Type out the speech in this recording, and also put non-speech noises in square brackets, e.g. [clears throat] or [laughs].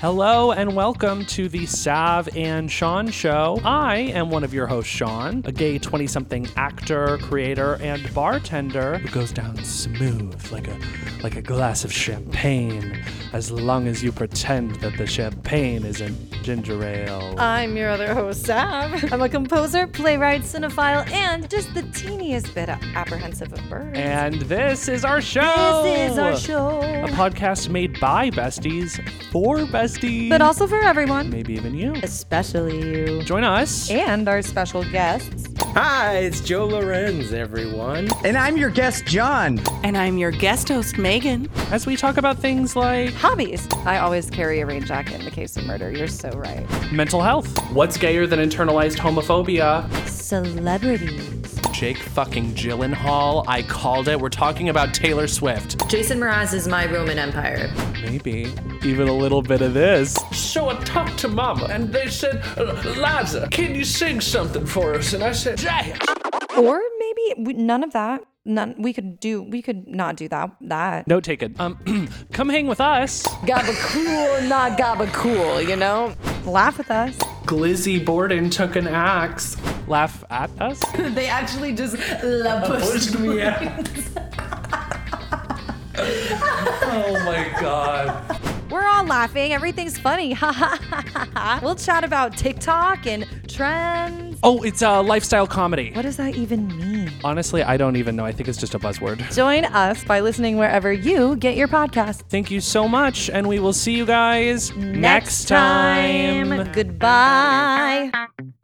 Hello and welcome to the Sav and Sean Show. I am one of your hosts, Sean, a gay 20 something actor, creator, and bartender who goes down smooth like a, like a glass of champagne as long as you pretend that the champagne isn't ginger ale. I'm your other host, Sam. I'm a composer, playwright, cinephile, and just the teeniest bit apprehensive of birds. and this is our show! this is our A show, podcast made by besties for besties. but also for everyone, maybe even you. especially you Join us. and our special guests. Hi, it's Joe Lorenz, everyone. And I'm your guest, John. And I'm your guest host, Megan. as we talk about things like Hobbies. I always carry a rain jacket in the case of murder. You're so right. mental health, what's gayer than internalized homophobia, Celebrities. Jake fucking Gyllenhaal. I called it. We're talking about Taylor Swift. Jason Mraz is my Roman Empire. maybe even a little bit of this. So I talked to Mama, and they said, "Uh, Liza, can you sing something for us? And I said, Damn! Or maybe we, none of that. None. We could do. We could not do that. That. Note taken. Um, [clears throat] come hang with us. Gabba cool, not gabba cool, you know? Laugh with us. Glizzy Borden took an axe. Laugh at us. They actually just love us. me out. oh my god. We're all laughing. Everything's funny. [laughs] Ha ha ha ha ha. We'll chat about TikTok and trends. Oh, it's a lifestyle comedy. What does that even mean? Honestly, I don't even know. I think it's just a buzzword. Join us by listening wherever you get your podcast. Thank you so much, and we will see you guys next, Goodbye.